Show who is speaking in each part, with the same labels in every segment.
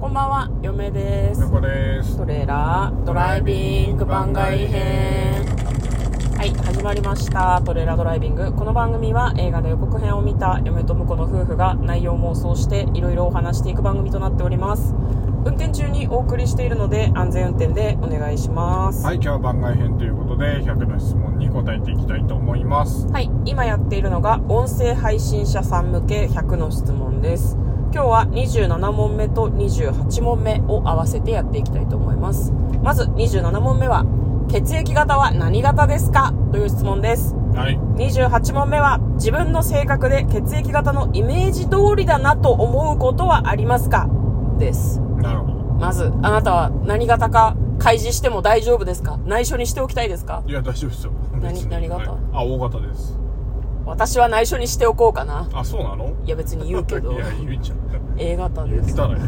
Speaker 1: こんばんは、嫁です。
Speaker 2: 猫です
Speaker 1: トレーラードライビング番外編。はい、始まりました。トレーラードライビング。この番組は映画の予告編を見た嫁と婿の夫婦が内容妄想していろいろお話していく番組となっております。運転中にお送りしているので安全運転でお願いします。
Speaker 2: はい今日は番外編ということで100の質問に答えていきたいと思います
Speaker 1: はい、今やっているのが音声配信者さん向け100の質問です。今日は27問目と28問目を合わせてやっていきたいと思います。まず27問目は、血液型は何型ですかという質問です。
Speaker 2: はい
Speaker 1: 28問目は、自分の性格で血液型のイメージ通りだなと思うことはありますかです。
Speaker 2: なるほど
Speaker 1: まず、あなたは何型か開示しても大丈夫ですか内緒にしておきたいですか
Speaker 2: いや大丈夫ですよ
Speaker 1: 何
Speaker 2: 別に
Speaker 1: 何型
Speaker 2: はいあ O 型です
Speaker 1: 私は内緒にしておこうかな。
Speaker 2: あそうなの
Speaker 1: いや別に言うけど
Speaker 2: いや言うじゃん
Speaker 1: A 型
Speaker 2: 言
Speaker 1: で
Speaker 2: っ
Speaker 1: す
Speaker 2: たらね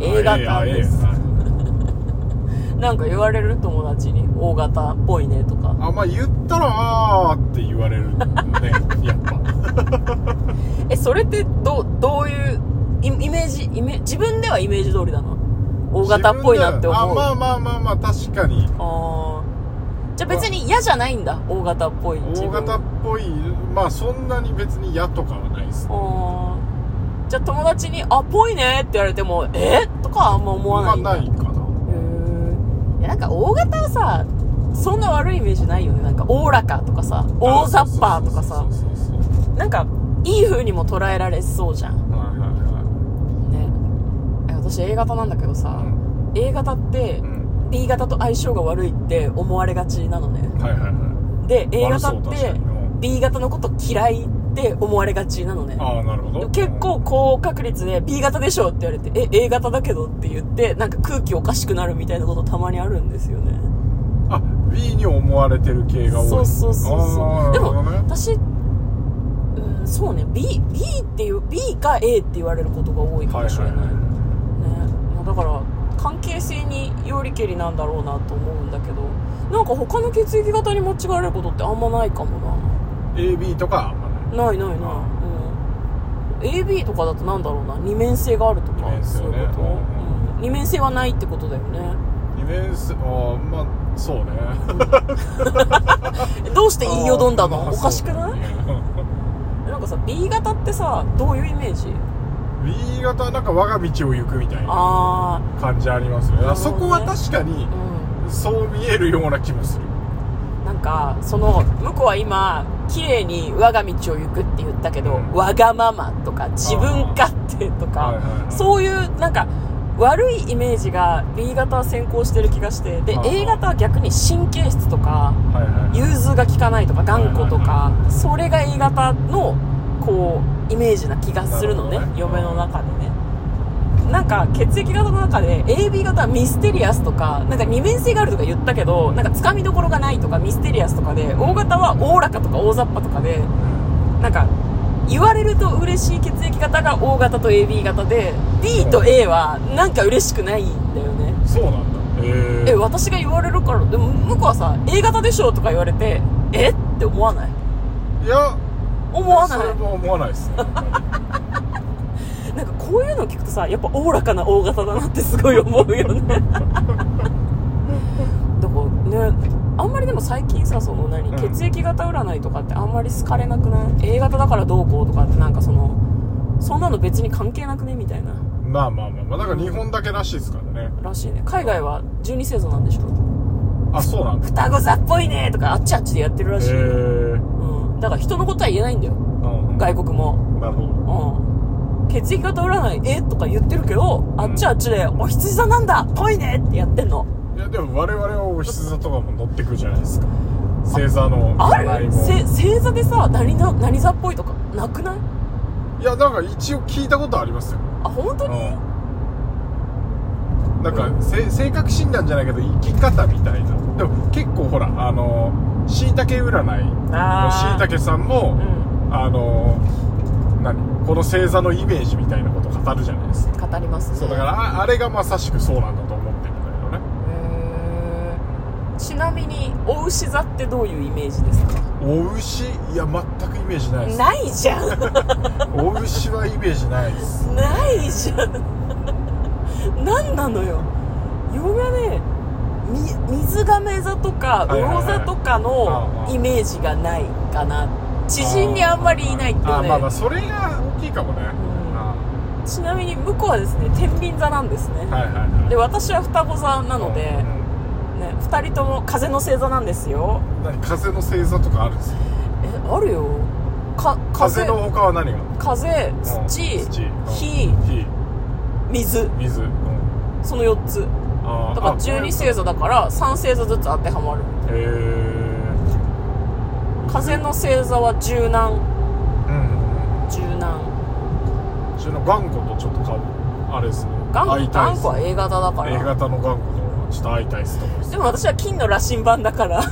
Speaker 1: A 型です
Speaker 2: あいいよ
Speaker 1: なんか言われる友達に O 型っぽいねとか
Speaker 2: あまあ言ったらあーって言われるね やっぱ
Speaker 1: えそれってどうどういうイイメージイメ自分ではイメージ通りだな O 型っぽいなって思う
Speaker 2: 自分では
Speaker 1: あ
Speaker 2: あまあまあまあまあ確かに
Speaker 1: あーじゃあ別に嫌じゃないんだ O 型っぽい自
Speaker 2: O
Speaker 1: 分
Speaker 2: 型っぽいまあそんなに別に嫌とかはないです
Speaker 1: あーじゃあ友達に「あっぽいね」って言われても「えとかはあんま思わないんだ
Speaker 2: まあないかな
Speaker 1: うーんいやなんか O 型はさそんな悪いイメージないよねなんかおおらかとかさ大雑把とかさ
Speaker 2: そうそうそうそうそう
Speaker 1: なんかいい風にも捉えられそうじゃん
Speaker 2: はいはいはい
Speaker 1: ねえ私 A 型なんだけどさ、A 型って
Speaker 2: うん
Speaker 1: B 型と相性が悪いって思われがちなのね
Speaker 2: はいはいは
Speaker 1: で A
Speaker 2: 悪そ
Speaker 1: 型
Speaker 2: う
Speaker 1: っ
Speaker 2: 確か
Speaker 1: て
Speaker 2: にうん
Speaker 1: B 型のこと嫌いって思われがちなのね
Speaker 2: いああなるほ
Speaker 1: で
Speaker 2: ど
Speaker 1: も結構高確率で B 型でしょって言われてえ A 型だけどって言ってなんか空気おかしくなるみたいなことたまにあるんですよね
Speaker 2: あ B に思われてる系が多い
Speaker 1: そうそうそうそ
Speaker 2: あー
Speaker 1: うで
Speaker 2: なるほど
Speaker 1: も
Speaker 2: ね
Speaker 1: 私うんそうね B, B っていう B か A って言われることが多いか
Speaker 2: はい
Speaker 1: もしれない、
Speaker 2: は
Speaker 1: ねまあ、だから関係性によりけりなんだろうなと思うんだけどなんか他の血液型に間違われることってあんまないかも
Speaker 2: い AB とかあんまない
Speaker 1: なないないない、う
Speaker 2: あ
Speaker 1: ん、AB とかだとなんだろうな二面性があるとか
Speaker 2: 二面性ね
Speaker 1: そういうこと、
Speaker 2: うん
Speaker 1: うん二面性はないってことだよね
Speaker 2: 二面性ああまあそうね
Speaker 1: えどうして言いよどんだの
Speaker 2: あー
Speaker 1: おかしくない
Speaker 2: そうね
Speaker 1: なんかさ B 型ってさどういうイメージ
Speaker 2: B 型はなんか我が道を行くみたいな
Speaker 1: あ
Speaker 2: 感じありますね
Speaker 1: なるほどね
Speaker 2: そこは確かに
Speaker 1: あう
Speaker 2: そう見えるような気もする
Speaker 1: んなんかその向こうは今綺麗に我が道を行くって言ったけど、
Speaker 2: うん
Speaker 1: わがままとか自分勝手と
Speaker 2: はいはい
Speaker 1: か
Speaker 2: はい
Speaker 1: そういうなんか悪いイメージが B 型は先行してる気がしてで
Speaker 2: あー
Speaker 1: A 型は逆に神経質とか
Speaker 2: はいはい
Speaker 1: 融通が利かないとか頑固と
Speaker 2: は
Speaker 1: かそれが A 型のこうイメージな気がするのね
Speaker 2: なるほどね
Speaker 1: 嫁の中でねなんか血液型の中で AB 型はミステリアスとかなんか二面性があるとか言ったけどなんかつかみどころがないとかミステリアスとかで O 型はおおらかとか大雑把とかでなんか言われると嬉しい血液型が O 型と AB 型で B と A はなんか嬉しくないんだよね
Speaker 2: そうなんだへ
Speaker 1: え
Speaker 2: え
Speaker 1: 私が言われるからでも向こうはさ A 型でしょとか言われてえって思わない
Speaker 2: いや
Speaker 1: 思わない
Speaker 2: それも思わないですね
Speaker 1: なんかこういうのを聞くとさやっぱおおらかな O 型だなってすごい思う よねだからねあんまりでも最近さその何、
Speaker 2: うん
Speaker 1: 血液型占いとかってあんまり好かれなくない A 型だからどうこうとかってなんかそのそんなの別に関係なくねみたいな
Speaker 2: まあまあまあまあだから日本だけらしいですからね
Speaker 1: らしいね海外は十二星座なんでしょ
Speaker 2: あそうなんだ
Speaker 1: 双子座っぽいねとかあっちあっちでやってるらしい、
Speaker 2: へえ
Speaker 1: うん、だから人のことは言えないんだよ外国も
Speaker 2: なるほど
Speaker 1: うん、血液型占いえとか言ってるけど、あっちはあっちで「お羊座なんだぽいね!」ってやってんの
Speaker 2: いやでも我々はお羊座とかも乗ってくるじゃないですか星座の
Speaker 1: あ
Speaker 2: 占
Speaker 1: る
Speaker 2: いも
Speaker 1: せ星座でさ何な何座っぽいとかなくない
Speaker 2: いやなんか一応聞いたことありますよ
Speaker 1: あ本当に、
Speaker 2: なんかせ性格診断じゃないけど生き方みたいなでも結構ほらあのしいたけ占いのし
Speaker 1: あ
Speaker 2: いたけさん
Speaker 1: う
Speaker 2: も
Speaker 1: ん
Speaker 2: あの何この星座のイメージみたいなこと語るじゃないですか
Speaker 1: 語りますね
Speaker 2: そうだからああれがまさしくそうなんだと思ってるんだけどね
Speaker 1: へーちなみにお牛座ってどういうイメージですか
Speaker 2: お牛いや全くイメージないです
Speaker 1: ないじゃん
Speaker 2: お牛はイメージないです
Speaker 1: ないじゃん何なのよ洋画ねみ水亀座とか
Speaker 2: はいはいはい
Speaker 1: 魚座とかのイメージがないかな知人にあんまりいないっていう
Speaker 2: あ
Speaker 1: ね、
Speaker 2: まあまあそれが大きいかもね、あ
Speaker 1: ちなみに向こうはですね天秤座なんですね、
Speaker 2: はいはいはい
Speaker 1: で私は双子座な
Speaker 2: な
Speaker 1: ので、ね、2人とも風の星座なんですよ
Speaker 2: 何風の星座とかあるんですか
Speaker 1: えあるよか
Speaker 2: 風の他は何が
Speaker 1: 風土
Speaker 2: うん土うん
Speaker 1: 火
Speaker 2: 火
Speaker 1: 水
Speaker 2: 水、うん、
Speaker 1: その4つ
Speaker 2: あー
Speaker 1: だから
Speaker 2: あ
Speaker 1: 12星座だから3星座ずつ当てはまる
Speaker 2: へえ
Speaker 1: 風の星座は柔軟
Speaker 2: うん
Speaker 1: 柔軟
Speaker 2: その頑固とちょっと顔あれですね
Speaker 1: 頑
Speaker 2: 会いたいっ
Speaker 1: 固
Speaker 2: す
Speaker 1: は A 型だから
Speaker 2: A 型の頑固の方がちょっと会いたいっすと思います
Speaker 1: でも私は金の羅針盤だから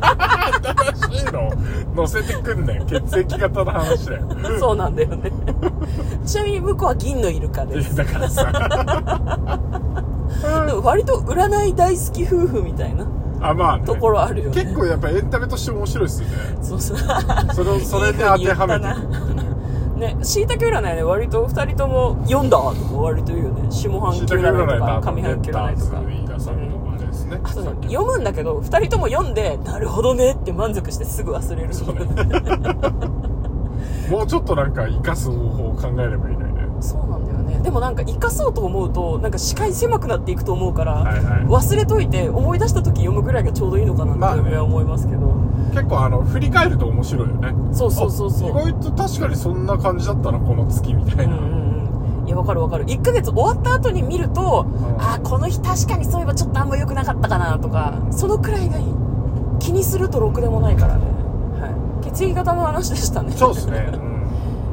Speaker 2: 新しいの乗せてくんねん血液型の話だよ
Speaker 1: そうなんだよ ねちなみに向こうは銀のイルカです
Speaker 2: いやだからさ
Speaker 1: でも割と占い大好き夫婦みたいな
Speaker 2: あまあ、ね、
Speaker 1: ところあるよね
Speaker 2: 結構やっぱエンタメとして面白いっすよね
Speaker 1: そうそう
Speaker 2: それ をそれで当てはめてくってい
Speaker 1: ね
Speaker 2: う
Speaker 1: しいたけ占いね割と2人とも「読んだ!」とか割と言うよね下半球
Speaker 2: 椎茸
Speaker 1: 占い
Speaker 2: 占い
Speaker 1: と
Speaker 2: と
Speaker 1: か
Speaker 2: あと
Speaker 1: 上
Speaker 2: レ
Speaker 1: 半球
Speaker 2: ッタ
Speaker 1: 占
Speaker 2: ー
Speaker 1: いと
Speaker 2: ズ
Speaker 1: か
Speaker 2: の飯田さんのあれですね
Speaker 1: あそう
Speaker 2: さっきの
Speaker 1: 読むんだけど2人とも読んでなるほどねって満足してすぐ忘れる
Speaker 2: そうねもうちょっとなんか生かす方法を考えればいいのにね
Speaker 1: そうなんだよねでもなんか生かそうと思うとなんか視界狭くなっていくと思うから、
Speaker 2: はいはい
Speaker 1: 忘れといて思い出した時読むぐらいがちょうどいいのかな
Speaker 2: まあ
Speaker 1: っ
Speaker 2: ね
Speaker 1: て俺は思いますけど、
Speaker 2: 結構あの振り返ると面白いよね
Speaker 1: そうそうそうそう
Speaker 2: あ意外と確かにそんな感じだったなこの月みたいな、
Speaker 1: うんうんうんいやわかるわかる1ヶ月終わった後に見ると、
Speaker 2: ん
Speaker 1: ああこの日確かにそういえばちょっとあんま良くなかったかなとかそのくらいがいい気にするとろくでもないからね、はい、血液型の話でしたね
Speaker 2: そうですね、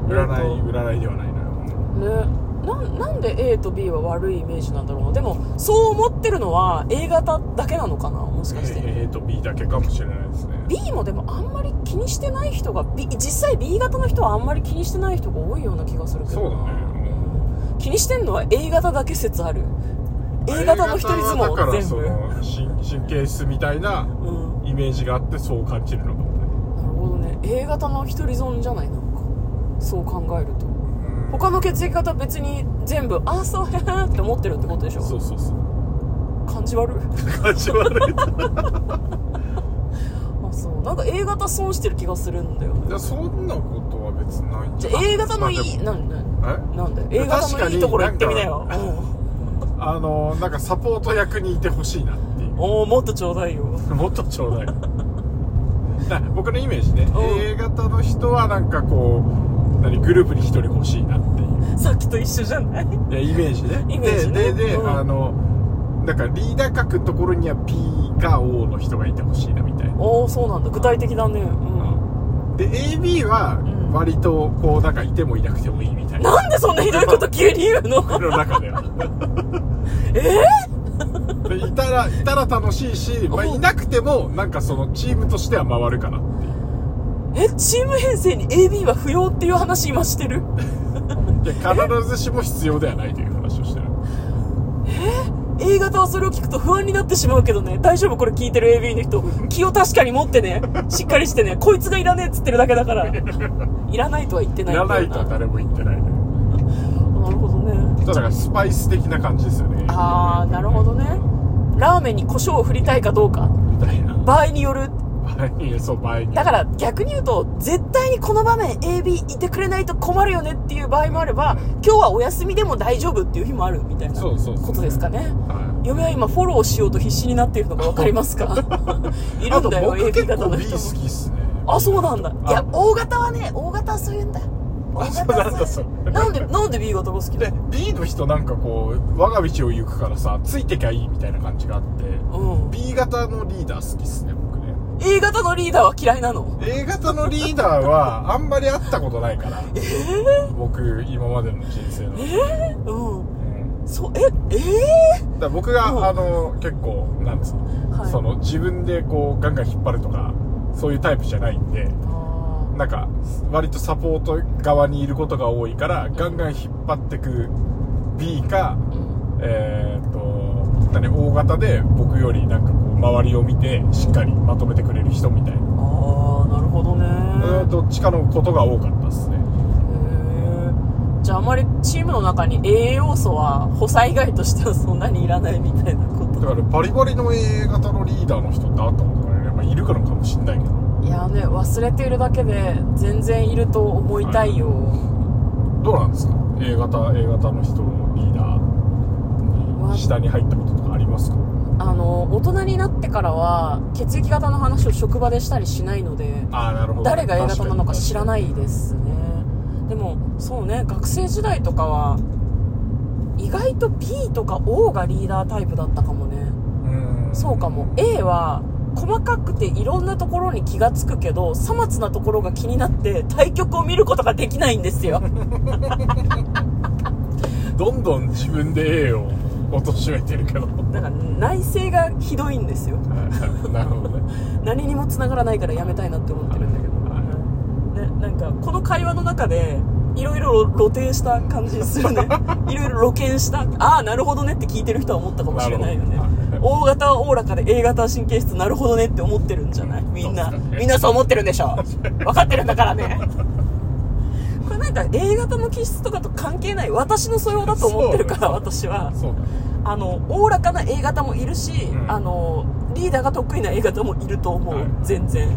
Speaker 2: うん、占
Speaker 1: え
Speaker 2: い占いではないな、うん
Speaker 1: ねなんなんで A と B は悪いイメージなんだろうなでもそう思ってるのは A 型だけなのかなもしかして、
Speaker 2: A, A と B だけかもしれないですね
Speaker 1: B もでもあんまり気にしてない人が、B、実際 B 型の人はあんまり気にしてない人が多いような気がするけど
Speaker 2: そうだね
Speaker 1: 気にしてんのは A 型だけ説ある A 型の一人相
Speaker 2: だから
Speaker 1: 撲全
Speaker 2: そ
Speaker 1: 部、
Speaker 2: の神神経質みたいな
Speaker 1: うん、
Speaker 2: イメージがあってそう感じるのかもね
Speaker 1: なるほどね A 型の一人損じゃないなんかそう考えると
Speaker 2: うん
Speaker 1: 他の血液型別に全部ああそうへへって思ってるってことでしょ
Speaker 2: そうそうそう
Speaker 1: 感じ悪い
Speaker 2: 感じ悪い
Speaker 1: あそうなんか A 型損してる気がするんだよね
Speaker 2: いやそんなことは別にないん
Speaker 1: じ
Speaker 2: じゃ
Speaker 1: ゃ
Speaker 2: な
Speaker 1: あ
Speaker 2: い
Speaker 1: A 型のいい、
Speaker 2: ま
Speaker 1: なんだ
Speaker 2: あでも
Speaker 1: なんだよ A 型のいいところ行ってみなよ
Speaker 2: 確かに
Speaker 1: うん
Speaker 2: えあのなんかサポート役にいてほしいなっていう
Speaker 1: おおもっとちょうだいよ
Speaker 2: もっとちょうだい な僕のイメージね
Speaker 1: うん
Speaker 2: A 型の人はなんかこう何グループに一人欲しいなっていう
Speaker 1: さっきと一緒じゃない
Speaker 2: いやイメージね
Speaker 1: イメージね
Speaker 2: ででで、
Speaker 1: うん
Speaker 2: あのなんかリーダー格のところには P か O の人がいてほしいなみたいな、
Speaker 1: おおそうなんだ具体的だねうん
Speaker 2: で AB は
Speaker 1: ん
Speaker 2: 割とこうなんかいてもいなくてもいいみたいな、
Speaker 1: なんでそんなひどいこと急に言うの
Speaker 2: 僕の 中ではえいたらいたら楽しいし、まあ、
Speaker 1: うん
Speaker 2: いなくてもなんかそのチームとしては回るかなってい
Speaker 1: え
Speaker 2: う
Speaker 1: チーム編成に AB は不要っていう話今してる
Speaker 2: いや必ずしも必要ではないという話をしてる
Speaker 1: A 型はそれを聞くと不安になってしまうけどね大丈夫これ聞いてる AB の人気を確かに持ってねしっかりしてねこいつがいらねえっつってるだけだからいらないとは言って
Speaker 2: い
Speaker 1: ない
Speaker 2: ら
Speaker 1: んだ
Speaker 2: な
Speaker 1: よ
Speaker 2: いとは誰も言ってないね
Speaker 1: なるほどね
Speaker 2: だからスパイス的な感じですよね
Speaker 1: ああなるほどねラーメンに胡椒を振りたいかどうか
Speaker 2: みたいな
Speaker 1: 場合による
Speaker 2: 場合にそう場合に
Speaker 1: だから逆に言うと絶対にこの場面 AB いてくれないと困るよねっていう場合もあれば今日はお休みでも大丈夫っていう日もあるみたいな
Speaker 2: そうそうそう
Speaker 1: ことですかね
Speaker 2: はい
Speaker 1: 嫁は今フォローしようと必死になっているのが分かりますかいるんだよ
Speaker 2: あと僕
Speaker 1: AB
Speaker 2: 結
Speaker 1: 型
Speaker 2: 構
Speaker 1: の
Speaker 2: B
Speaker 1: 人
Speaker 2: 好きっすね
Speaker 1: あそうなんだいや
Speaker 2: あ
Speaker 1: O 型はね O 型はそういうんだ O 型は
Speaker 2: そうなんだそう
Speaker 1: なんでなんで B 型が好きだ
Speaker 2: で B の人なんかこう我が道を行くからさついてきゃいいみたいな感じがあって
Speaker 1: うん、
Speaker 2: B 型のリーダー好きっすね僕ね
Speaker 1: A 型のリーダーは嫌いなの
Speaker 2: A 型のリーダーはあんまり会ったことないから、僕今までの人生の、
Speaker 1: うん
Speaker 2: うん
Speaker 1: そうええ
Speaker 2: だから僕が、
Speaker 1: うん
Speaker 2: あの結構なんつうの,、
Speaker 1: ー、はい
Speaker 2: その自分でこうガンガン引っ張るとかそういうタイプじゃないんで
Speaker 1: あ
Speaker 2: なんか割とサポート側にいることが多いからガンガン引っ張ってく B か
Speaker 1: ーうん
Speaker 2: えーっと何大型で僕よりなんかこう周りを見てしっかりまとめてくれる人みたいな、
Speaker 1: あーなるほどね
Speaker 2: えーどっちかのことが多かったっすね
Speaker 1: へーじじゃああまりチームの中に栄養素は補佐以外としてはそんなにいらないみたいなこ
Speaker 2: だからバリバリの A 型のリーダーの人って会ったことないねまあいるからかもしんないけど
Speaker 1: といやね忘れているだけで全然いると思いたいよ、
Speaker 2: どうなんですか A 型 A 型の人のリーダーに下に入ったこととかありますか
Speaker 1: あの大人になってからは血液型の話を職場でしたりしないので
Speaker 2: ああなるほ
Speaker 1: 誰が A 型なのか知らないいですねでもそうね学生時代とかは意外と P とか O がリーダータイプだったかもねそうかも A は細かくていろんなところに気がつくけどさまつなところが気になって対局を見ることができないんですよ
Speaker 2: どんどん自分で A を貶めてるけど
Speaker 1: だから内政がひどいんですよ
Speaker 2: なるほどね
Speaker 1: 何にも繋がらないからやめたいなって思ってるんだけど、
Speaker 2: はい
Speaker 1: ね、なんかこの会話の中でいろいろ露呈した感じす るねいろいろ露見したああなるほどねって聞いてる人は思ったかもしれないよね
Speaker 2: なるほどはい
Speaker 1: O 型はおおらかで A 型は神経質なるほどねって思ってるんじゃないみんな、
Speaker 2: そうですね
Speaker 1: みんなそう思ってるんでしょ分かってるんだから ねこれなんか A 型の気質とかと関係ない私の素養だと思ってるから
Speaker 2: そう
Speaker 1: 私は
Speaker 2: そうだね
Speaker 1: あのおおらかな A 型もいるし、
Speaker 2: うん
Speaker 1: あのリーダーが得意な A 型もいると思う、
Speaker 2: はい
Speaker 1: 全然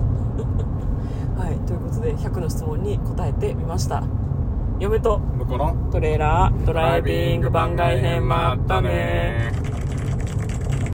Speaker 1: はいということで100の質問に答えてみました嫁と
Speaker 2: 向こうの
Speaker 1: トレーラードライビング番外編もあったね
Speaker 2: ー